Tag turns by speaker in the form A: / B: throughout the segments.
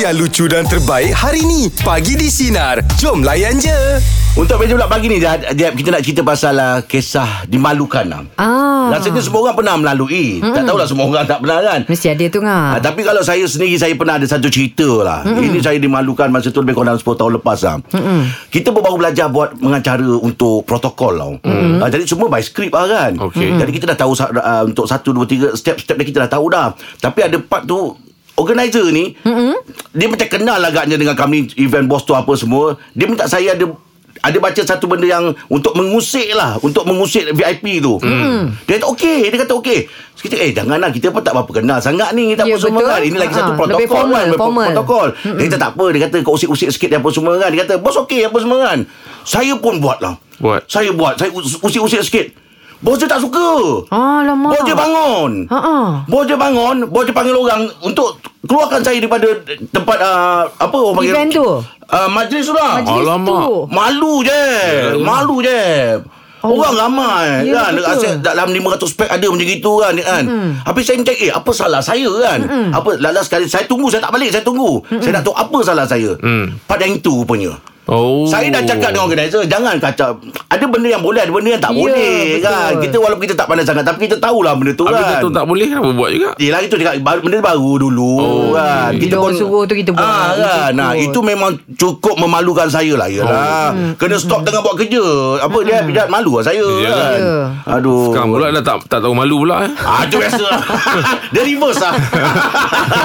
A: yang lucu dan terbaik hari ni. Pagi di Sinar. Jom layan je.
B: Untuk meja pula pagi ni Jad, Jad, Kita nak cerita pasal uh, Kisah dimalukan lah.
C: Ah.
B: Rasanya semua orang pernah melalui mm. Tak tahulah semua orang tak pernah kan
C: Mesti ada tu
B: Ah,
C: ngah.
B: tapi kalau saya sendiri Saya pernah ada satu cerita lah mm-hmm. Ini saya dimalukan Masa tu lebih kurang 10 tahun lepas lah mm-hmm. Kita pun baru belajar Buat mengacara Untuk protokol lah mm-hmm. ah, Jadi semua by script lah kan okay. mm-hmm. Jadi kita dah tahu sa- ah, Untuk 1, 2, 3 Step-step dia kita dah tahu dah Tapi ada part tu Organizer ni mm-hmm. Dia macam kenal lah agaknya Dengan kami Event bos tu apa semua Dia minta saya ada ada baca satu benda yang untuk mengusik lah untuk mengusik VIP tu mm. dia kata okey dia kata okey kita eh janganlah kita pun tak apa kenal sangat ni tak
C: Ya,
B: apa semua
C: betul.
B: kan ini lagi
C: Ha,
B: satu protokol
C: lebih formal,
B: kan lebih
C: formal. Hmm.
B: protokol dia kata tak apa dia kata kau usik-usik sikit dia apa semua kan dia kata bos okey apa semua kan saya pun buat lah
D: Buat.
B: saya buat saya us- usik-usik sikit bos dia tak suka
C: Alamak.
B: Bos Oh, dia bangun.
C: Ah, Ha, ha.
B: Bos dia bangun, bos dia panggil orang untuk keluarkan saya daripada tempat uh, apa orang panggil?
C: Event tu?
B: Uh, majlis tu lah.
C: Majlis
D: Alamak.
C: tu.
B: Malu je. Malu je. Oh. Orang ramai
C: Ya,
B: kan
C: betul.
B: Asyik dalam 500 pack ada macam gitu kan, kan. Mm. Habis saya macam eh apa salah saya kan mm. Apa lala sekali saya tunggu saya tak balik saya tunggu mm Saya nak tahu apa salah saya mm. Pada yang itu rupanya
D: Oh.
B: saya dah cakap dengan organizer Jangan kata Ada benda yang boleh Ada benda yang tak
C: Ya,
B: boleh
C: betul.
B: kan Kita walaupun kita tak pandai sangat Tapi kita tahulah benda tu kan
D: Habis tu tak boleh Kenapa buat juga
B: Yelah itu cakap baru, Benda baru dulu oh, kan
C: Bila orang
B: kon-
C: suruh tu kita buat.
B: ah,
C: Kita
B: kan? Nah,
C: ikut.
B: Itu memang cukup memalukan saya lah Yelah oh. Kena stop tengah buat kerja Apa dia
C: Hmm.
B: Dia malu lah saya
D: Ya.
B: kan
C: Ya.
B: Aduh
D: Sekarang Kan pula dah tak, tak tahu malu pula eh.
B: Ah, itu biasa lah. Dia reverse lah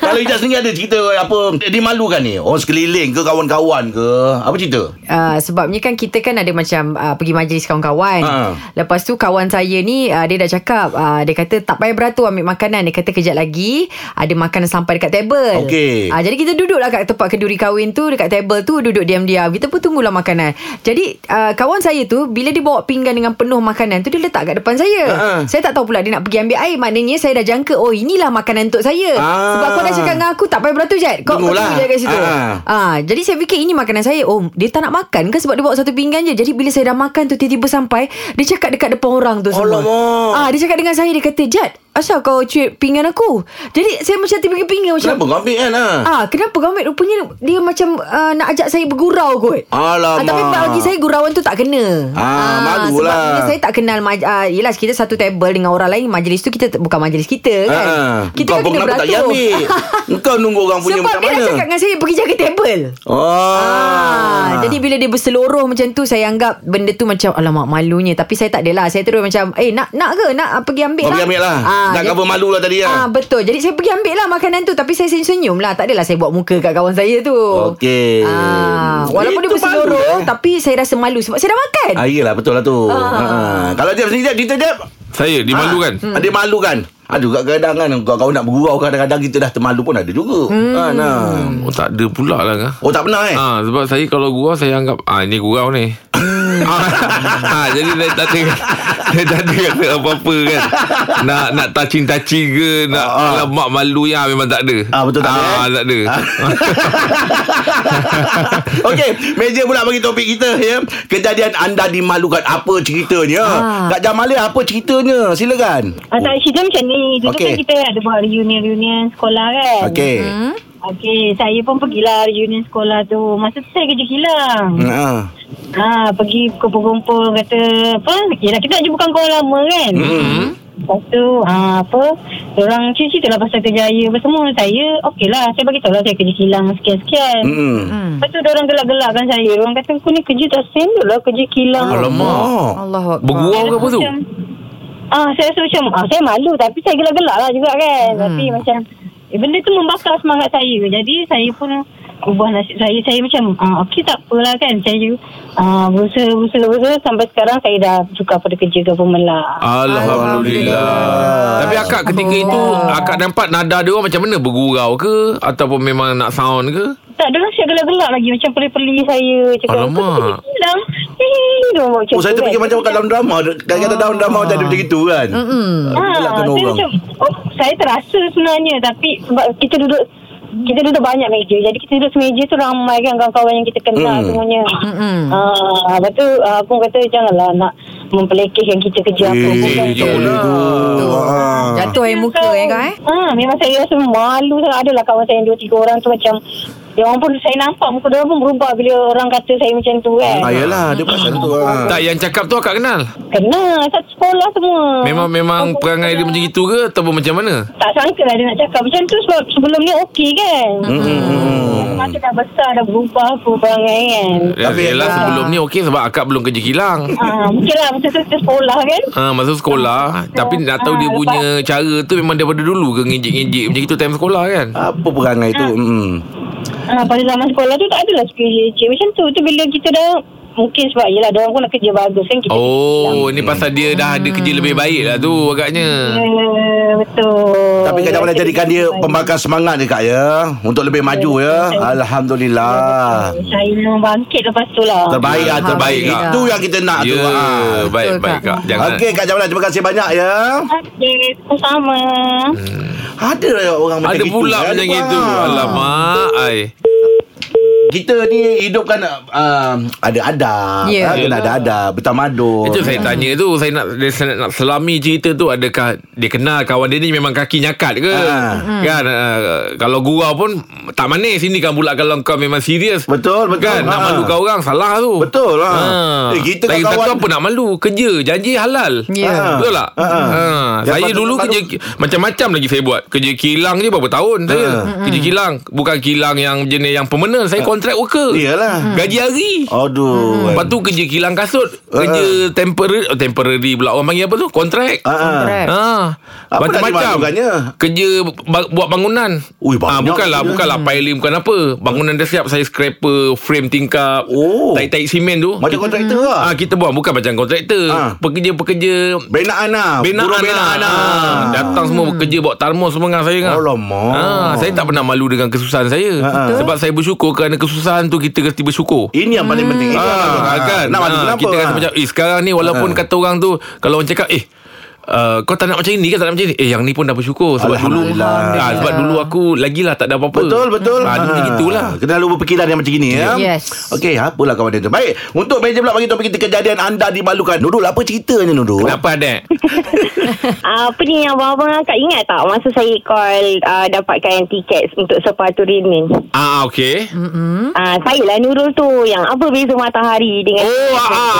B: Kalau Ijaz sendiri ada cerita Apa Dia malukan ni Orang sekeliling ke Kawan-kawan ke Apa cerita
C: Uh, sebabnya kan kita kan ada macam uh, pergi majlis kawan-kawan.
B: Ha.
C: Lepas tu kawan saya ni uh, dia dah cakap uh, dia kata tak payah beratur ambil makanan. Dia kata kejap lagi ada makanan sampai dekat table.
B: Okey.
C: Uh, jadi kita duduklah kat tempat keduri kahwin tu dekat table tu duduk diam-diam. Kita pun tunggulah makanan. Jadi uh, kawan saya tu bila dia bawa pinggan dengan penuh makanan tu dia letak kat depan saya.
B: Ha-ha.
C: Saya tak tahu pula dia nak pergi ambil air. Maknanya saya dah jangka oh inilah makanan untuk saya.
B: Ah.
C: Sebab kau dah cakap dengan aku tak payah beratur je. Kau kau
B: Tunggulah.
C: tunggu je kat situ.
B: Ah.
C: Ah, jadi saya fikir ini makanan saya. Oh, dia tak nak makan ke sebab dia bawa satu pinggan je. Jadi bila saya dah makan tu tiba-tiba sampai, dia cakap dekat depan orang tu semua.
B: Alamak.
C: Ah, dia cakap dengan saya dia kata, "Jad, asal kau cuit pinggan aku?" Jadi saya macam tiba-tiba pinggan macam
B: Kenapa kau ambil kan ha?
C: Ah, kenapa kau ambil? Rupanya dia macam uh, nak ajak saya bergurau kot.
B: Alamak.
C: Ah, tapi bagi saya gurauan tu tak kena.
B: Ah, malulah.
C: Sebab bila saya tak kenal maj- ah, yelah kita satu table dengan orang lain, majlis tu kita bukan majlis kita kan.
B: Ah,
C: Kita
B: kau
C: kan
B: pun
C: kena
B: kenapa tak
C: beratur.
B: ambil? Kau nunggu orang punya
C: Sebab
B: macam
C: dia dah
B: mana?
C: cakap dengan saya pergi jaga table.
B: Oh.
C: Ah, jadi bila dia berseluruh macam tu saya anggap benda tu macam alamak malunya tapi saya tak adalah. Saya terus macam eh nak nak ke nak ah, pergi ambil
B: Kau
C: lah.
B: pergi ambil lah. Nak
C: jadi-
B: cover malu lah tadi lah.
C: Ah betul. Jadi saya pergi ambil lah makanan tu tapi saya senyum lah. Tak adalah saya buat muka kat kawan saya tu.
B: Okey.
C: Ah, walaupun dia
B: Itu malu,
C: berseluruh
B: eh.
C: tapi saya rasa malu sebab saya dah makan.
B: Ah, yelah betul lah tu. Ah. Ah. Kalau Jeb sendiri Jeb, cerita Jeb.
D: Saya dimalukan
B: Ah, Dia malu kan? Aduh kadang-kadang kan kau-kau nak bergurau kadang-kadang kita dah termalu pun ada juga. Hmm. Ah, nah.
D: Oh tak ada pula lah kah
B: Oh tak pernah eh?
D: Ah sebab saya kalau gurau saya anggap ah ni gurau ni.
B: Hmm.
D: ah, jadi saya tak ada saya tak ada kata apa-apa kan. Nak nak touching touching ke nak
B: Ah, ah.
D: ah, mak malu ya memang tak ada.
B: Ah, betul tak ada,
D: Ah
B: eh?
D: tak ada.
B: Okey, meja pula bagi topik kita ya. Kejadian anda dimalukan apa ceritanya?
C: Ah.
B: Kak Jamalia apa ceritanya? Silakan.
E: Ah, tak, cerita macam ni. Dulu
B: Okey.
E: okay. kan kita ada buat reunion-reunion sekolah kan.
B: Okey.
E: Okey, saya pun pergilah reunion sekolah tu. Masa tu saya kerja kilang.
B: Hmm. Ah.
E: Ha, pergi kumpul-kumpul kata apa? Yalah kita nak jumpa kawan lama kan. Hmm. Lepas tu ha, apa Orang cerita lah pasal kerjaya Apa semua Saya okey lah Saya bagi tahu lah Saya kerja kilang Sekian-sekian hmm.
B: Hmm.
E: Lepas tu orang gelak-gelakkan saya Orang kata Kau ni kerja tak standard lah Kerja
B: Ah.
E: kilang
D: Alamak.
B: Oh.
C: Allah
D: Bergurau ke apa tu?
E: Macam, Ah, saya rasa macam ah, saya malu tapi saya gelak-gelak lah juga kan. Hmm. Tapi macam eh, benda tu membakar semangat saya. Jadi saya pun ubah nasib saya. Saya macam ah, okey tak apalah kan. Saya ah, berusaha, berusaha, berusaha sampai sekarang saya dah suka pada kerja government
D: Ah.
E: lah.
D: Alhamdulillah. Tapi akak ketika itu akak nampak nada dia orang macam mana bergurau ke ataupun memang nak sound ke?
E: Tak, dia orang siap gelak-gelak lagi. Macam peli-peli saya. Cakap,
D: Alamak.
E: "Kau tu kerja kilang. Eh, dia orang buat macam
B: Oh saya
E: tu
B: terfikir
E: kan.
B: macam kat dalam drama Kadang-kadang dalam drama macam ada macam itu kan Mm-mm.
E: Ah, saya
B: orang
E: macam oh, saya terasa sebenarnya tapi sebab kita duduk kita duduk banyak meja. Jadi kita duduk semeja tu ramai kan kawan-kawan yang kita kenal
B: Hmm.
E: mm. semuanya.
C: Mm-mm.
E: Ah, lepas tu ah, abang kata janganlah nak mempelekehkan kita kerja apa.
B: Eh,
E: Bukan
B: tak
E: tu.
B: boleh tu. Ah.
C: Jatuh air muka eh kau eh.
E: Ha, memang saya rasa malu sangat. Adalah kawan saya yang dua tiga orang tu macam dia orang pun saya nampak muka dia orang pun berubah bila orang kata saya macam tu kan.
B: Ah, yalah, dia pasal tu. ah.
D: Tak yang cakap tu akak kenal
E: Kenal satu sekolah semua.
D: Memang memang
E: Aku
D: perangai dia
E: kenal.
D: macam itu ke Atau macam mana
E: tak sangka lah dia nak cakap macam tu sebab sebelum ni okey kan.
B: Hmm.
E: Masa dah besar dah berubah apa perangai kan.
D: Tapi
B: Tapi-
D: Ya, Yelah sebelum ni okey Sebab akak belum kerja kilang
E: Ah, mungkin lah masa tu kita sekolah kan.
D: Ha, masa sekolah Tapi nak tahu dia
E: Ah,
D: punya cara tu Memang daripada dulu ke Ngejek-ngejek macam itu Time sekolah kan
B: Apa perangai tu? Hmm.
E: Ah, pada zaman sekolah tu tak adalah suka cik macam tu. Tu bila kita dah mungkin sebab yelah dia orang pun nak kerja bagus kan kita.
D: Oh Ni pasal dia dah ada kerja lebih baik lah tu Agaknya
E: Eh, betul.
B: Tapi kadang mana
E: Yelah,
B: jadikan
E: kita
B: dia
E: kerja bagus.
B: pembakar semangat dia kak ya Untuk lebih maju ya Alhamdulillah
E: Saya memang bangkit lepas tu lah.
B: Terbaik lah terbaik
D: Alhamdulillah.
B: Itu yang kita nak
D: Ya
B: tu ah.
D: Baik-baik
C: Betul, Kak.
D: kak Jangan
B: Okey Kak Jamalah terima kasih banyak ya
E: Okey, sama-sama.
B: Hmm. Ada orang macam
D: Ada
B: gitu,
D: pula
B: kan?
D: macam itu
B: Wah.
D: Alamak Ai
B: Kita ni hidupkan uh, Ada adab yeah.
C: Ya.
B: Kena ada adab Bertamadun
D: Itu saya tanya tu Saya nak dia, saya nak selami cerita tu Adakah dia kenal kawan dia ni Memang kaki nyakat ke
B: Ah.
D: Kan uh, Kalau gurau pun Tak manis Ini kan pula Kalau kau memang serius
B: Betul, betul.
D: Kan nak
B: Ah.
D: malu kau orang Salah tu
B: Betul, ah. Eh, kita
D: Lagi
B: kawan-
D: satu apa nak malu Kerja Janji halal
C: Ya.
B: Ah.
D: Betul tak?
B: Ah, ah.
D: Ha.
B: Yang
D: Saya
B: patut
D: dulu
B: malu-
D: kerja macam-macam lagi saya buat. Kerja kilang je berapa tahun saya.
B: Ah.
D: Kerja kilang, bukan kilang yang jenis yang permanent. Saya kontrak worker.
B: Iyalah.
D: Gaji hari.
B: Aduh
D: Lepas tu kerja kilang kasut,
B: Ha.
D: kerja temporary oh, temporary pula orang panggil apa tu? Kontrak.
B: Ah, ah.
C: Kontrak.
D: Ha.
B: Apa
D: Macam-macam.
B: nak dimalukannya?
D: Kerja ba- buat bangunan.
B: Ui, banyak
D: Ah, bukanlah
B: kerja.
D: bukanlah piling bukan apa. Bangunan dah siap saya scraper, frame tingkap,
B: Oh.
D: taik-taik simen tu.
B: Macam kontraktor lah
D: Ah kita buat bukan macam kontraktor.
B: Ah.
D: Pekerja-pekerja
B: Binaan lah
D: Bina
B: Buruh
D: anak.
B: Binaan lah
D: Ah, Datang semua bekerja Bawa termos semua dengan saya kan
B: Alamak. Ha,
D: ah, Saya tak pernah malu Dengan kesusahan saya
B: Betul.
D: Sebab saya bersyukur Kerana kesusahan tu Kita kena bersyukur
B: Ini yang paling penting Ini yang paling
D: Ah,
B: penting.
D: kan
B: Eh, Nak maju
D: Ah,
B: kenapa
D: Kita kata
B: Ah.
D: macam Eh sekarang ni Walaupun
B: Ah.
D: kata orang tu Kalau orang cakap Eh Uh, kau tak nak macam ini ke tak nak macam ini Eh yang ni pun dah bersyukur Sebab dulu
B: Alhamdulillah.
D: ah, Sebab dulu aku Lagilah tak ada apa-apa
B: Betul betul.
D: ah, Dia macam itulah
B: Kena lupa fikiran yang macam ni ya.
C: Yes.
B: Okey, apalah kawan dia tu. Baik, untuk meja pula bagi topik kita kejadian anda dimalukan. Nurul, apa ceritanya Nurul?
D: Kenapa Adek?
E: Ah, apa ni yang abang-abang akak ingat tak masa saya call uh, dapatkan tiket untuk sepatu Rinmin?
D: Ah okey.
E: Ah, saya lah Nurul tu yang apa beza matahari dengan
D: Oh ah, ah,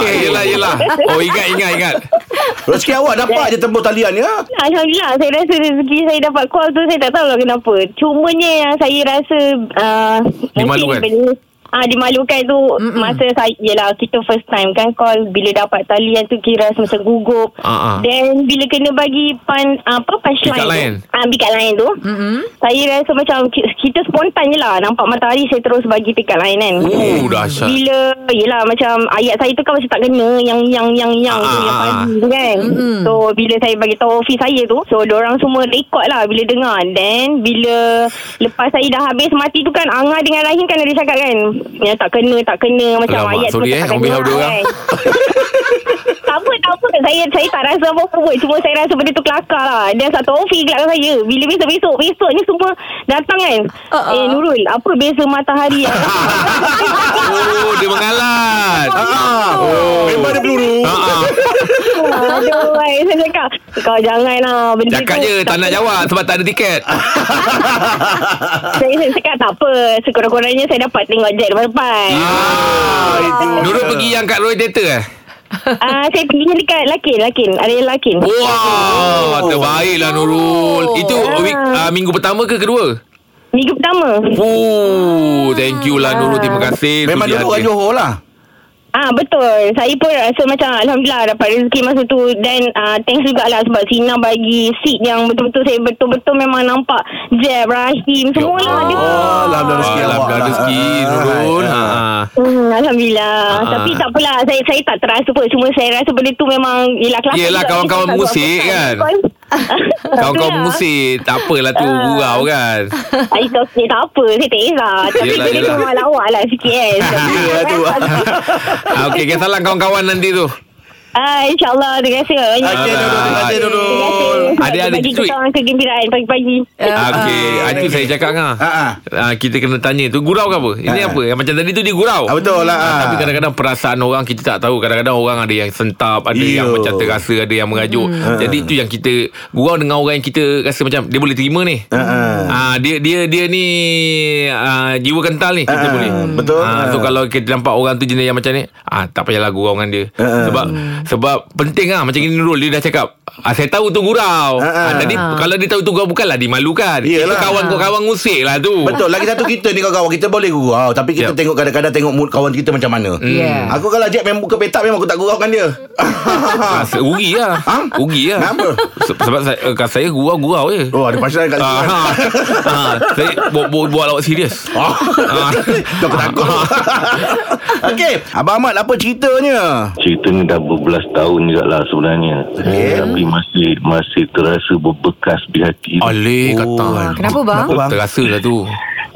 D: ah. Yelah yelah Oh ingat ingat ingat
B: Rezeki awak dapat je tembus talian ya.
E: Alhamdulillah saya rasa rezeki saya dapat call tu saya tak tahu lah kenapa. Cumanya yang saya rasa uh,
D: Dimalukan.
E: Ah dimalukan tu Mm-mm. masa saya yalah kita first time kan call bila dapat talian tu kira rasa macam gugup.
D: Ah, ah.
E: Then bila kena bagi pan apa punchline
D: Pick up line.
E: tu. Ah pikat lain tu. Mm-hmm. Saya rasa macam ki- kita spontan je lah nampak matahari saya terus bagi pikat lain kan.
D: Oh dahsyat
E: Bila yelah macam ayat saya tu kan macam tak kena yang yang yang yang tu
D: Ah,
E: yang
D: ah,
E: pagi tu kan.
C: Mm-mm.
E: So bila saya bagi tahu office saya tu so orang semua rekod lah bila dengar then bila lepas saya dah habis mati tu kan Anga dengan Rahim kan ada cakap kan yang tak kena tak kena macam
D: Alamak,
E: ayat tu
D: sorry, eh,
E: macam tak
D: on behalf
E: kena
D: diorang.
E: kan. tak apa tak apa saya saya tak rasa apa-apa pun cuma saya rasa benda tu kelakar lah dan satu office kelakar saya bila besok-besok besok ni semua datang kan
C: Uh-uh.
E: eh Nurul apa beza matahari
D: Oh dia mengalat
B: Ah. Oh. Memang dia peluru.
D: Ah, ah.
E: Aduh, baik. Saya cakap, kau jangan lah. Benda
D: Cakap
E: tu,
D: je tak nak jawab Sebab tak ada tiket
E: Saya, saya cakap tak apa. Sekurang-kurangnya saya dapat tengok jet depan-depan.
D: ah,
B: itu.
D: Nurul pergi yang kat Roy Theater eh
E: Ah, saya pergi dekat Lakin, Lakin. Area Lakin.
B: Oh.
D: Wah Terbaiklah Nurul Itu week- ah, minggu pertama ke kedua?
E: Minggu pertama.
D: Oh, thank you lah Nurul Terima kasih
B: Memang
D: Sudi
B: dulu
D: hati.
B: orang Johor lah.
E: Ah betul. Saya pun rasa macam alhamdulillah dapat rezeki masa tu dan ah, thanks jugalah sebab Sina bagi seat yang betul-betul saya betul-betul memang nampak Jeb, Rahim semua lah ada.
B: Oh, alhamdulillah rezeki awak.
D: Alhamdulillah Ya rezeki Nurul
B: Ah.
D: Ah.
E: Hmm, Alhamdulillah
D: Ah.
E: Tapi tak apalah Saya saya tak terasa pun Cuma saya rasa benda tu memang Yelah kelakar
D: Yelah,
E: juga.
D: kawan-kawan
E: Kita tak buat
D: mengusik,
E: apa-apa.
D: kan? Kawan-kawan
E: ya.
D: musik Tak apalah tu Gurau kan
E: Ah, Itu okey tak apa Saya tak kisah Tapi
D: Yelah,
E: benda tu
D: yelah.
E: memang lawak lah sikit kan
B: Ya lah tu.
D: ah, Okey Kisah salam kawan-kawan nanti tu
E: Ah, InsyaAllah Terima kasih banyak
B: Okey, Nurul. Terima kasih,
E: Terima
B: Nurul.
E: kasih. sebab
D: Ada-
E: dia
D: ada
E: bagi
D: tweet.
E: kita orang kegembiraan pagi-pagi.
D: Okey, ah, itu saya cakap ngah.
B: Ah, ah.
D: Ah, kita kena tanya tu gurau ke apa? Ini
B: Ah, ah.
D: apa? Yang macam tadi tu dia gurau.
B: Ah, betul lah.
D: Ah, tapi kadang-kadang perasaan orang kita tak tahu. Kadang-kadang orang ada yang sentap, ada
B: Yo.
D: yang macam terasa, ada yang merajuk. Jadi
B: Ah.
D: itu yang kita gurau dengan orang yang kita rasa macam dia boleh terima ni. Ah, dia dia dia ni ah, jiwa kental ni kita
B: Ah,
D: boleh.
B: betul.
D: Ah,
B: Ah.
D: so kalau kita nampak orang tu jenis yang macam ni, ah tak payahlah gurau dengan dia.
B: Ah, ah.
D: Sebab sebab penting ah macam ni Nurul dia dah cakap. Ah, saya tahu tu gurau.
B: Ah, ah.
D: Ah, tadi kalau dia tahu tu gurau bukanlah dimalukan.
B: Yelah.
D: Itu kawan kau kawan ngusik lah tu.
B: Betul Lagi satu kita ni kawan-kawan Kita boleh gurau Tapi kita
D: Yep.
B: tengok kadang-kadang Tengok mood kawan kita macam mana
D: Hmm. Ya.
C: Yeah.
B: Aku kalau Jack memang buka petak Memang aku tak gurau dengan dia
D: Ah, se- rugi lah.
B: Ha?
D: Rugi lah.
B: Kenapa?
D: Se- sebab saya, eh, saya gurau-gurau je.
B: Oh ada pasaran kat kan?
D: Ah,
B: sini
D: ha. Ah, saya buat, buat, buat Ah. lawak serius.
B: Oh. Kau takut Okey Abang Ahmad apa ceritanya
F: Ceritanya dah berbelas tahun juga lah sebenarnya
B: Okey.
F: Tapi masih masih terasa berbekas di hati
D: Alih kata.
B: Oh,
C: Ah, kenapa, bang?
B: Kenapa, bang?
D: Ah. Terasa lah tu.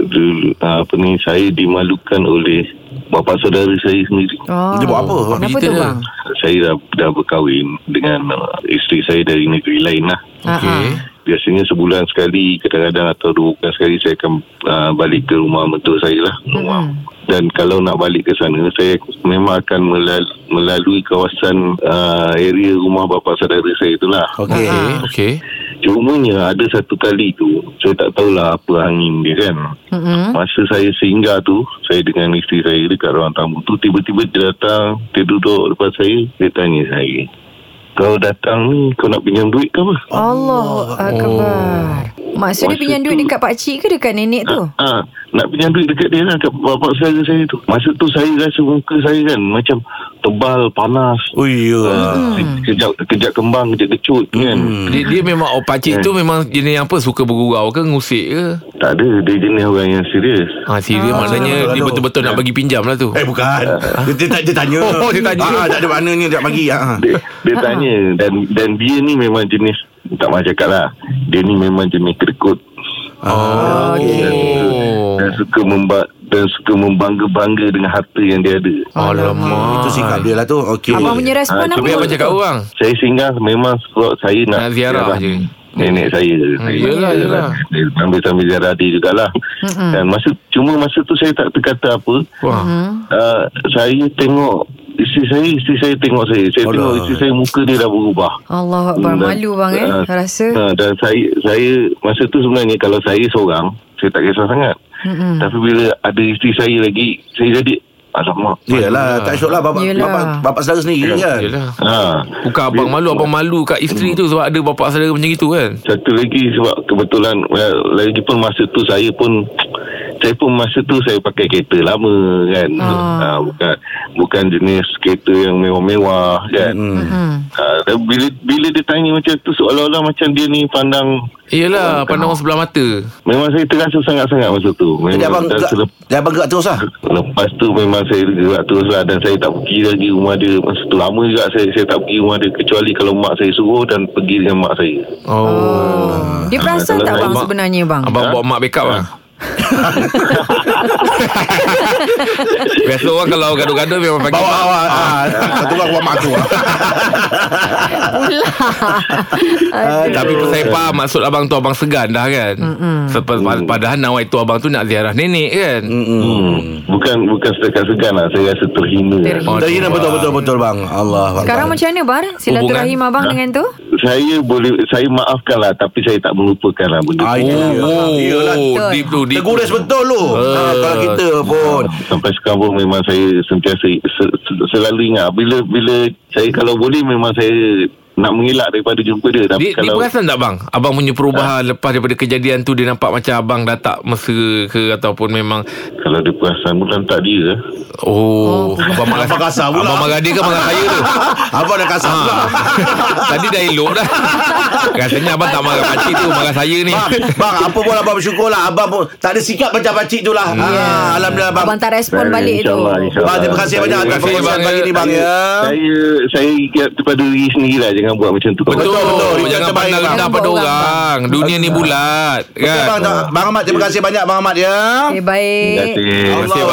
F: Dulu, ah, Apa ni Saya dimalukan oleh bapa saudara saya sendiri
C: Oh.
B: Dia buat apa?
C: Kenapa
D: Cerita
C: tu
D: dia.
C: bang? Ah,
F: Saya dah, dah berkahwin dengan ah, isteri saya dari negeri lain lah
C: ah.
D: Okey.
F: Biasanya sebulan sekali Kadang-kadang atau dua bulan sekali Saya akan uh, balik ke rumah mentua saya lah rumah. Dan kalau nak balik ke sana Saya memang akan melal- melalui kawasan uh, Area rumah bapa saudara saya lah. itulah
B: Okey
D: Okey. Okey.
F: Cumanya ada satu kali tu Saya tak tahulah apa angin dia kan
C: Mm-mm.
F: Masa saya singgah tu Saya dengan isteri saya dekat ruang tamu tu Tiba-tiba dia datang Dia duduk depan saya Dia tanya saya Kau datang ni Kau nak pinjam duit ke apa?
C: Allah Akbar Maksud dia
F: Maksud
C: pinjam duit
F: tu-
C: dekat pakcik ke dekat nenek tu?
F: Ah, nak pinjam duit dekat dia lah Kat bapak saudara saya tu Masa tu saya rasa muka saya kan Macam tebal, panas
B: Oh ya
F: Ah, Kejap, kejap kembang, kejap kecut kan
B: Hmm.
D: Dia, dia memang oh, pakcik tu memang jenis apa suka bergurau ke ngusik ke?
F: Tak ada, dia jenis orang yang serius
D: Ha serius
C: Ah.
D: maknanya dia betul-betul nak bagi pinjam lah tu.
B: Eh bukan Dia, dia, tak- dia tanya
D: Oh, dia tanya.
B: ah, Tak ada mana ni Dia bagi ah.
F: dia,
D: Ha.
F: dia tanya dan dan dia ni memang jenis tak macam cakap lah dia ni memang jenis kerekut
D: Oh.
F: dan suka memba- dan suka membangga-bangga dengan harta yang dia ada
D: Ah. Alamak.
B: Itu sikap dia lah tu Okey
C: Abang punya respon
F: Ah,
C: apa?
D: Tapi apa cakap orang?
F: saya singgah memang sebab saya nak,
D: Nak ziarah Hmm. je. Hmm.
F: nenek saya Saya-
D: yelah, yelah.
F: saya
D: Hmm.
F: nak- saya sambil-sambil ziarah dia jugalah dan masa cuma masa tu saya tak terkata apa
D: Wah.
C: Hmm.
F: uh, saya tengok isteri saya isteri saya tengok saya saya
B: Alah.
F: tengok isteri saya muka dia dah berubah
C: Allah Akbar
F: Hmm, Dan-
C: Malu bang eh
F: ah,
C: Rasa
F: ah, Dan saya Saya Masa tu sebenarnya Kalau saya seorang Saya tak kisah sangat
C: Mm-mm.
F: Tapi bila ada isteri saya lagi Saya jadi Alamak
B: Yelah tak syok lah Bapak,
C: Yelah.
B: bapak, bapak saudara sendiri kan
D: Yelah.
F: ha.
D: Bukan abang malu Abang malu kat isteri tu Sebab ada bapak saudara macam itu kan
F: Satu lagi sebab kebetulan well, Lagi pun masa tu saya pun Saya pun masa tu saya pakai kereta lama kan
C: Ah.
F: ha, Bukan bukan jenis kereta yang mewah-mewah kan
C: hmm.
F: ha, dan bila, bila dia tanya macam tu Seolah-olah macam dia ni pandang
D: Yelah Pandang orang sebelah mata
F: Memang saya terasa sangat-sangat masa tu Memang
B: Jadi abang
F: tak
B: gerak,
F: selep-
B: Jadi abang gerak terus lah
F: Lepas tu memang saya gerak terus lah Dan saya tak pergi lagi rumah dia Masa tu lama juga saya, saya tak pergi rumah dia Kecuali kalau mak saya suruh Dan pergi dengan mak saya
D: Oh,
C: Oh. Dia perasan
F: kalau
C: tak bang
D: abang-
C: sebenarnya bang?
D: Abang bawa mak backup lah Biasa orang kalau gaduh-gaduh Memang panggil
B: Bawa
D: mak.
B: awak Satu orang buat mak aku ah.
D: Ah, Tapi pun saya faham Maksud abang tu Abang segan dah kan Sepa-
B: Mm.
D: Padahal nawai tu Abang tu nak ziarah nenek kan
F: hmm. Bukan bukan setakat-segan lah Saya rasa terhina,
C: Terhina.
D: Aduh, Oh,
B: Tadi nak
D: bang.
B: betul-betul-betul bang Allah
C: Sekarang
B: Allah.
C: macam mana bang? Silaturahim
D: Hubungan.
C: abang dengan tu?
F: Saya boleh Saya maafkan lah Tapi saya tak melupakan lah benda
B: Ah,
F: tu
B: itu dia.
D: Oh,
B: Yelah.
D: Deep tu deep
B: Teguris
D: tu.
B: betul lu ha, Kalau kita pun
F: Sampai sekarang pun memang saya sentiasa se, se- selalu ingat bila bila saya kalau boleh memang saya nak mengelak daripada jumpa dia
D: Dia,
F: tapi
D: dia
F: kalau
D: perasan tak bang Abang punya
B: Ha.
D: perubahan Lepas daripada kejadian tu Dia nampak macam abang dah tak Mesra ke Ataupun memang
F: kalau dia perasan bukan tak dia
D: Oh, abang marah
B: Abang kasar pula.
D: Abang marah dia ke marah saya tu?
B: Ah, Abang dah kasar pula
D: Ah. Tadi dah elok dah. Rasanya abang tak marah pakcik tu, marah saya ni.
B: Bang, Ah, bang, apa pun abang bersyukur lah Abang pun tak ada sikap macam pakcik tu lah ha, Alhamdulillah bang
C: Abang tak respon balik tu
F: InsyaAllah, insyaAllah.
B: Bang, terima kasih
F: Saya-
B: banyak atas
D: Terima kasih,
B: perkongsian
D: bang,
B: pagi
D: ya.
B: ni bang ya.
F: Saya saya ingat kepada diri sendiri lah Jangan jangan buat macam tu.
D: Betul,
G: Eh.
B: betul. Itu
D: Jangan
B: terbaik,
D: pandang
B: bang.
D: rendah pada orang. Dunia ni bulat
B: Okey, Bang,
D: kan.
B: tak, bang Ahmad, terima kasih banyak Bang Ahmad ya.
C: Okay, baik.
F: Terima kasih.
D: kasih,
B: Allah
D: bang.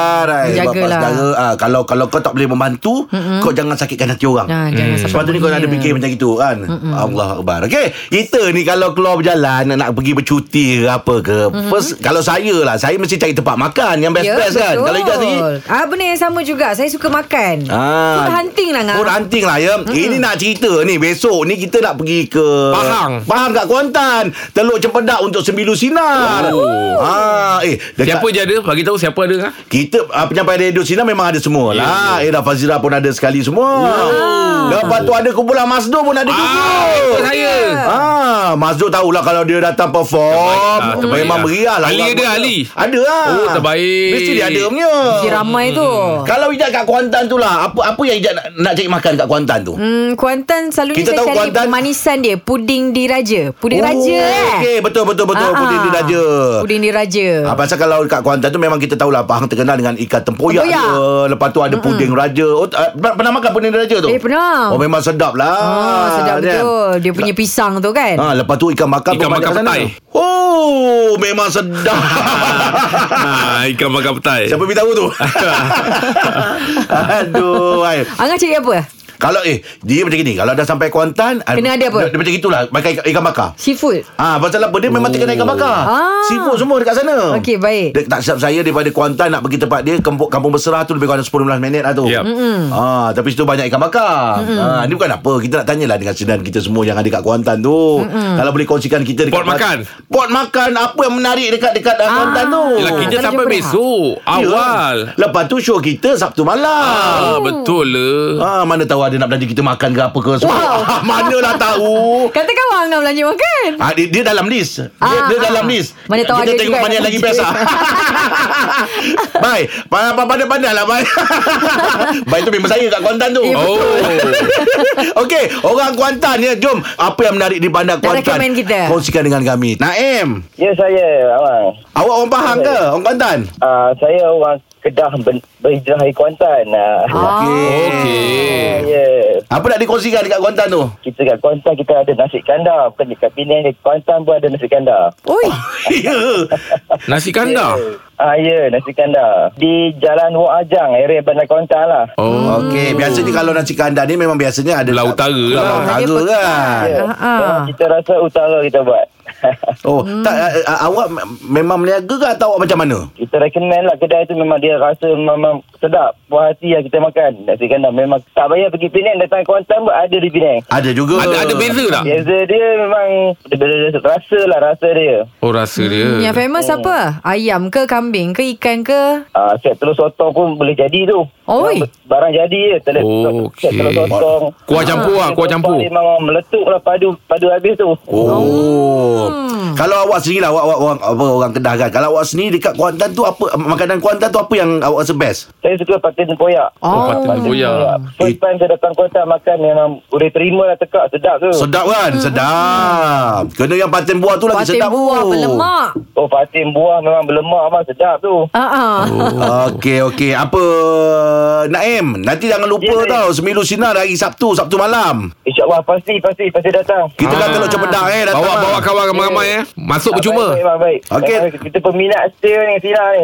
B: Akbar. Hai,
C: Jagalah.
B: Bapak saudara,
C: lah.
B: ah, kalau kalau kau tak boleh membantu, mm-hmm. kau jangan sakitkan hati orang.
C: Nah,
D: Hmm.
C: jangan sampai
B: Sebab tu ni kau ada
C: bunyi.
B: fikir macam itu kan. Mm-hmm. Allah Akbar. Okey, kita ni kalau keluar berjalan nak, nak pergi bercuti ke apa ke. Mm-hmm. First kalau saya lah, saya mesti cari tempat makan yang best-best kan.
C: Ya, betul.
B: Kalau Ijaz sendiri
C: Ah, benda yang sama juga. Saya suka makan.
B: Ah.
C: Food hunting lah. Ngah.
B: Food hunting lah ya hmm. Ini nak cerita ni Besok ni kita nak pergi ke
D: Pahang.
B: Pahang kat Kuantan Teluk Cempedak untuk Sembilu Sinar oh. ha, Eh dekat
D: Siapa je ada? Bagi tahu siapa ada kan?
B: kita uh, penyampaian radio Sina memang ada semua yeah. lah.
D: Ya,
B: Ira Fazira pun ada sekali semua. Lepas tu ada kumpulan Mazdo pun ada
D: Ah,
B: juga.
D: itu saya.
B: Ah, Mazdo tahulah kalau dia datang perform
D: Terbaik, ah, terbaik
B: memang
D: lah.
B: meriah lah.
D: Ali
B: Orang
D: ada,
B: pun-
D: Ali?
B: Ada lah.
D: Oh, terbaik.
B: Mesti dia ada punya.
C: Si ramai tu.
B: Kalau Ijat kat Kuantan tu lah Apa apa yang Ijat nak, nak cari makan kat Kuantan tu
C: Hmm, Kuantan selalunya
B: Kita
C: saya
B: tahu
C: cari
B: Kuantan-
C: manisan dia. Puding diraja. Puding raja eh.
B: Oh, Okey betul betul betul
C: Ah,
B: Puding diraja
C: Puding diraja.
B: Ah, pasal kalau dekat Kuantan tu memang kita tahulah Pahang terkenal dengan ikan tempoyak,
C: Tempoyak.
B: dia. Lepas tu ada puding raja. Oh, ah, pernah pernah makan puding raja tu?
C: Eh, pernah.
B: Oh, memang sedap lah.
C: Ah, sedap
B: Kan?
C: betul. Dia punya pisang tu kan.
B: Ah, lepas tu ikan bakar pun
D: Ikan
B: banyak kat
D: bakar
B: sana.
D: petai.
B: Oh, memang sedap.
D: Ha, ikan bakar petai.
B: Siapa beritahu tu? Aduh, ai.
C: Angah cari apa?
B: Kalau eh dia macam ni, kalau dah sampai Kuantan, ah,
C: Kena ada apa?
B: Dia, dia macam itulah, makan ikan, ikan bakar.
C: Seafood.
B: Ah, pasal apa dia memang terkena ikan bakar.
C: Ah.
B: Seafood semua dekat sana.
C: Okey, baik.
B: Dia, tak siap saya daripada Kuantan nak pergi tempat dia kampung, kampung Berserah tu lebih kurang 10 minit lah tu.
D: Yap.
B: Ah, tapi situ banyak ikan bakar. Ah, ni bukan apa. Kita nak tanyalah dengan sedan kita semua yang ada dekat Kuantan tu. Kalau boleh kongsikan kita dekat
D: Port makan.
B: Port makan apa yang menarik dekat dekat ah. Kuantan tu.
D: Yelah, kita
C: Kalau jumpa
D: sampai
C: dah.
D: besok. Awal.
B: Ya. Lepas tu show kita Sabtu malam.
D: Ah, betul le.
B: Ah, mana tahu ada nak belanja kita makan ke apa ke semua. Wow. Manalah tahu.
C: Kata kawan Angah belanja makan.
B: Ah, dia, dia dalam list. Dia,
C: Ah,
B: dia
C: ah.
B: dalam list.
C: Mana tahu
B: Kita
C: ada
B: tengok
C: juga
B: mana yang lagi
C: yang
B: best
C: kerja.
B: lah. Baik. Pandai-pandai lah, Baik. Baik tu member saya kat Kuantan tu. Oh.
C: Eh,
D: Oh.
B: Okey, orang Kuantan ya. Jom. Apa yang menarik di bandar
C: Dah
B: Kuantan?
C: recommend kita.
B: Kongsikan dengan kami. Naim,
H: Ya saya awang.
B: awak orang Pahang ke? Orang Kuantan?
H: Uh, saya orang Kedah ber- berhijrah dari Kuantan. Uh,
C: Ah.
D: Okey.
H: Ya. Yeah.
B: Apa nak dikongsikan dekat Kuantan tu?
H: Kita kat Kuantan kita ada nasi kandar. Bukan dekat Penang, dekat Kuantan pun ada nasi kandar.
C: Oi,
B: ya.
D: Nasi kandar.
H: Ah ya, nasi kandar. Di Jalan Wak Ajang, area Bandar Kuantan lah.
D: Oh.
B: Okey, biasanya kalau nasi kandar ni memang biasanya ada
D: Belah utara
B: Belah
D: lah.
B: utara kan.
H: Ya.
C: Ah, ah.
H: Memang Kita rasa utara kita buat.
B: Oh, hmm. tak uh, uh, awak me- memang meniaga ke atau awak macam mana?
H: kita recommend lah kedai tu memang dia rasa memang sedap. Puas hati yang kita makan. Nasi kandar memang tak payah pergi Penang, datang Kuantan pun ada di Penang.
B: Ada juga.
D: Ada ada beza
C: Ah.
D: tak?
H: Beza dia memang dia rasa lah rasa dia.
D: Oh, rasa dia.
C: Hmm, yang famous
B: Oh.
C: apa? Ayam ke kambing ke ikan ke?
H: Ah, set telur sotong pun boleh jadi tu.
C: Oi.
H: Barang, barang jadi je. Telur, Set
D: Okey.
H: telur sotong. Ah,
D: Kuah campur lah, kuah campur.
H: Dia memang meletup lah padu, padu habis tu.
B: Oh. Hmm. Kalau awak sendiri lah awak, awak orang apa orang Kedah kan. Kalau awak sendiri dekat Kuantan tu apa makanan Kuantan tu apa yang awak rasa best?
H: Saya suka patin tempoyak. Ah,
D: Oh, Eh. patut tempoyak.
H: First time saya datang kota makan memang boleh terima lah tekak sedap tu.
B: Sedap kan? Hmm. Sedap. Kena yang patin buah tu lagi
C: Patin
B: sedap.
C: buah,
B: tu.
C: berlemak.
H: Oh patin buah memang berlemak abang sedap tu.
C: Ah, ah.
D: Oh.
B: Okey okey apa Naim nanti jangan lupa
H: Ya, saya-
B: tau Semilu Sinar hari Sabtu Sabtu malam
H: InsyaAllah pasti pasti pasti datang.
B: Kita
D: Ah.
B: kan teluk cepedak eh datang
D: Bawa
B: lah.
D: bawa kawan ramai-ramai eh. Masuk
H: Baik,
D: bercuba.
H: baik, baik.
B: Okey.
H: baik. Kita peminat setia ni Sina ni.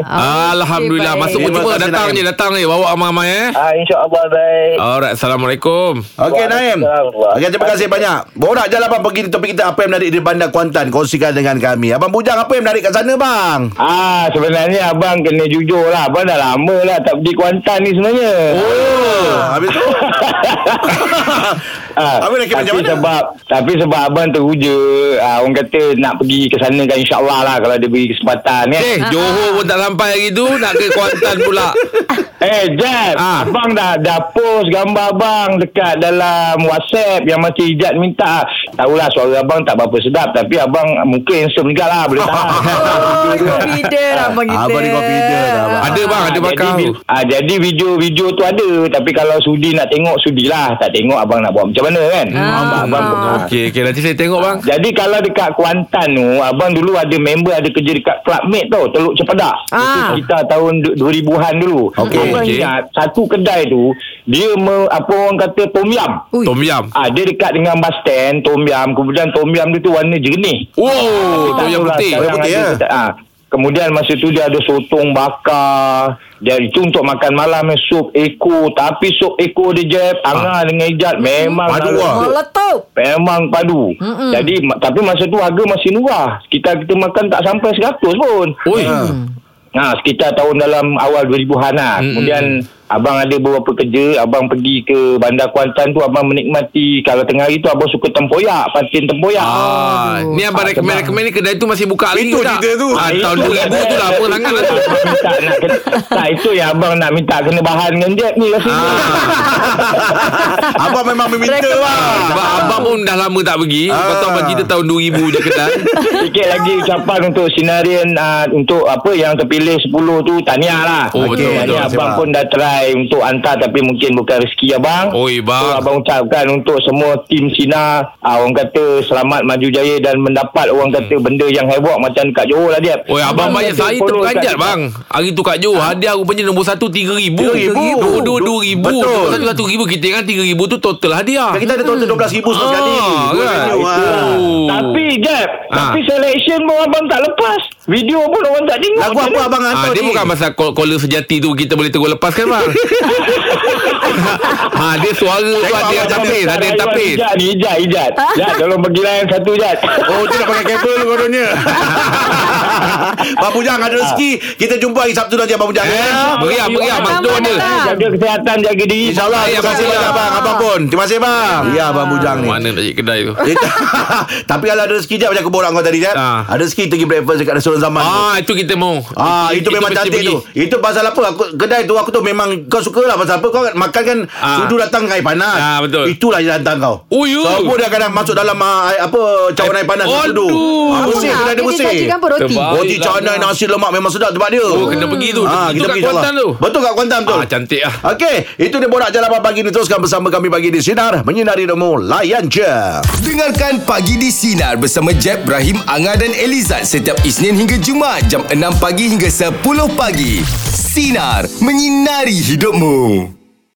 D: Alhamdulillah
C: Ah, Okey, baik.
D: masuk
B: Terima
D: bercuba
B: kasih,
D: datang
B: Naim.
D: je datang je bawa ramai-ramai eh.
H: Ah, InsyaAllah baik.
D: Alright, assalamualaikum.
B: Okey Naim.
H: Waalaikumsalam.
B: Okey terima kasih banyak. Borak je lah abang pergi topik kita apa yang menarik di bandar Kuantan kongsikan dengan kami. Abang Bujang apa yang menarik kat sana bang?
G: Ah sebenarnya abang kena jujur lah Abang dah lama lah tak pergi Kuantan ni sebenarnya
B: Oh, habis tu.
G: Ah,
B: Abang nak kira macam
G: tapi
B: mana?
G: sebab tapi sebab abang teruja ah, orang kata nak pergi ke sana kan insyaallah lah kalau dia beri kesempatan kan.
D: Eh, Johor pun tak sampai hari tu nak ke Kuantan pula.
G: Eh Jad
D: Ah.
G: Abang dah Dah post gambar abang Dekat dalam Whatsapp Yang macam Ijat minta Tahulah suara abang Tak berapa sedap Tapi abang Muka handsome juga lah Boleh tahan
B: Ah,
C: Oh, confident lah abang kita.
B: Abang ni confident lah, abang.
D: Ada bang, ada bakal.
G: Jadi, ah, jadi video-video tu ada Tapi kalau sudi nak tengok Sudilah Tak tengok abang nak buat macam mana kan
C: Ah,
G: Abang, abang
D: Okey, okey nanti saya tengok bang.
G: Jadi kalau dekat Kuantan tu Abang dulu ada member Ada kerja dekat Club Mate tau Teluk Cepedak
C: Ah.
G: Itu Kita tahun du- 2000-an dulu
B: Okey.
G: abang
D: Okey.
G: ingat satu kedai tu dia me, apa orang kata tom yam.
C: Ui.
D: Tom Yam.
G: Ah dia dekat dengan bus stand tom yam kemudian tom yam dia tu warna jernih.
D: Oh, Tom Yam putih.
G: Orang
B: putih,
G: ada
B: ya?
G: kita- ah. Kemudian masa tu dia ada sotong bakar. Dia itu untuk makan malam eh, sup eko. Tapi sup eko dia jeb. Angah dengan Ijat memang
B: Padu
G: lalu-
B: lah.
C: Molotov.
G: Memang padu.
C: Mm-mm.
G: Jadi ma- tapi masa tu harga masih murah. Kita kita makan tak sampai 100 pun.
D: Oi.
G: Ha, sekitar tahun dalam awal 2000-an lah.
D: Mm-mm.
G: Kemudian abang ada beberapa kerja, abang pergi ke Bandar Kuantan tu abang menikmati kalau tengah hari tu abang suka tempoyak, pancing tempoyak.
D: Ah,
C: Aduh.
D: ni abang
G: Ah,
D: recommend
G: sebab-
D: recommend ni kedai tu masih buka hari
B: Itu
D: ke tak?
B: cerita tu.
D: Ah, tahun 2000 tu dah apa sangat lah tu.
G: Abang minta nak kena, tak itu yang abang nak minta kena bahan dengan Jeb ni rasanya.
D: Ah,
B: Abang memang meminta lah.
D: abang, abang pun dah lama tak pergi. Lepas
B: Ah.
D: tu abang cerita tahun 2000 je kedai.
G: Sikit lagi ucapan untuk sinarian uh, untuk apa yang terpilih 10 tu tahniah lah.
D: Oh, betul,
G: Tahniah.
D: betul.
G: abang
B: Sebab-
G: pun dah try untuk hantar tapi mungkin bukan rezeki abang.
D: Oi,
G: So,
D: bang.
G: abang ucapkan untuk semua tim Sina uh, orang kata selamat maju jaya dan mendapat orang kata benda yang heboh macam dekat Johor lah dia.
D: Hmm. Oi, abang banyak saya terperanjat bang. Hari tu kat
B: Ah.
D: Johor hadiah rupanya nombor 1 3000.
B: 3,000.
D: Nombor 2 2000.
B: Betul.
D: Nombor satu 1000 kita kan 3000 tu total hadiah.
B: Kan kita ada total 12,000 semua
D: Ah,
B: sekali. Dua
D: kan?
B: menu, ah.
D: Oh.
G: Tapi Jeb,
D: Ah.
G: tapi selection pun abang tak lepas. Video pun orang tak tengok.
B: Lagu
G: Macam
B: apa
G: mana?
B: abang
D: Ah,
B: hantar
D: dia
B: ni?
D: bukan pasal call- caller sejati tu kita boleh terus lepaskan bang. ha, dia suara tu
B: Tengok
D: ada yang
B: abang
D: tapis, ada yang tapis.
G: Ijat ni, Ijat, Ijat. Jat, tolong pergi layan satu, Jat.
B: Oh dia nak pakai kabel kononnya Pak Pujang ada rezeki Kita jumpa hari Sabtu nanti Abang Pujang ya.
D: Meriah, meriah. Mas Don ada.
G: Jaga kesihatan, jaga diri.
B: InsyaAllah
D: Baik,
B: Terima kasih
D: Abang Ah.
B: banyak
D: Pujang.
B: abang Abang pun Terima kasih bang Ya Abang Pujang ni
D: Mana nak cari kedai tu?
B: Eh, Tapi kalau ada rezeki Jap Macam aku borak kau tadi Jap
D: Ah.
B: Ada rezeki pergi breakfast Dekat restoran zaman tu.
D: Ah, itu kita mau.
B: Ah itu, memang
D: mesti
B: cantik
D: pergi.
B: tu. Itu pasal apa? Aku kedai tu aku tu memang kau suka lah pasal apa? Kau kan makan kan
D: Ah.
B: sudu datang air panas.
D: Ah, betul.
B: Itulah yang datang kau.
D: Oh, you.
B: Semua dah kadang masuk dalam ah, air- apa cawan air panas
D: Aduh.
B: sudu. Ah,
D: Apa
B: Mesin
C: nak?
B: kedai Oh, ada
C: Dia
B: mesin.
C: sajikan apa roti?
D: Tebal.
B: Roti canai nasi lemak memang sedap tempat dia.
D: Oh, kena pergi tu.
B: Ah,
D: Itu
B: kita
D: kat
B: pergi
D: Kuantan
B: insyaAllah.
D: tu.
B: Betul kat Kuantan tu.
D: Ah, cantik lah.
B: Okey, itu dia borak jalan pagi ni teruskan bersama kami pagi di sinar menyinari demo layan je.
A: Dengarkan Pagi di Sinar bersama Jeb, Ibrahim, Anga dan Elizad setiap Isnin hingga Jumaat jam 6 pagi hingga 10 pagi. Sinar, menyinari hidupmu.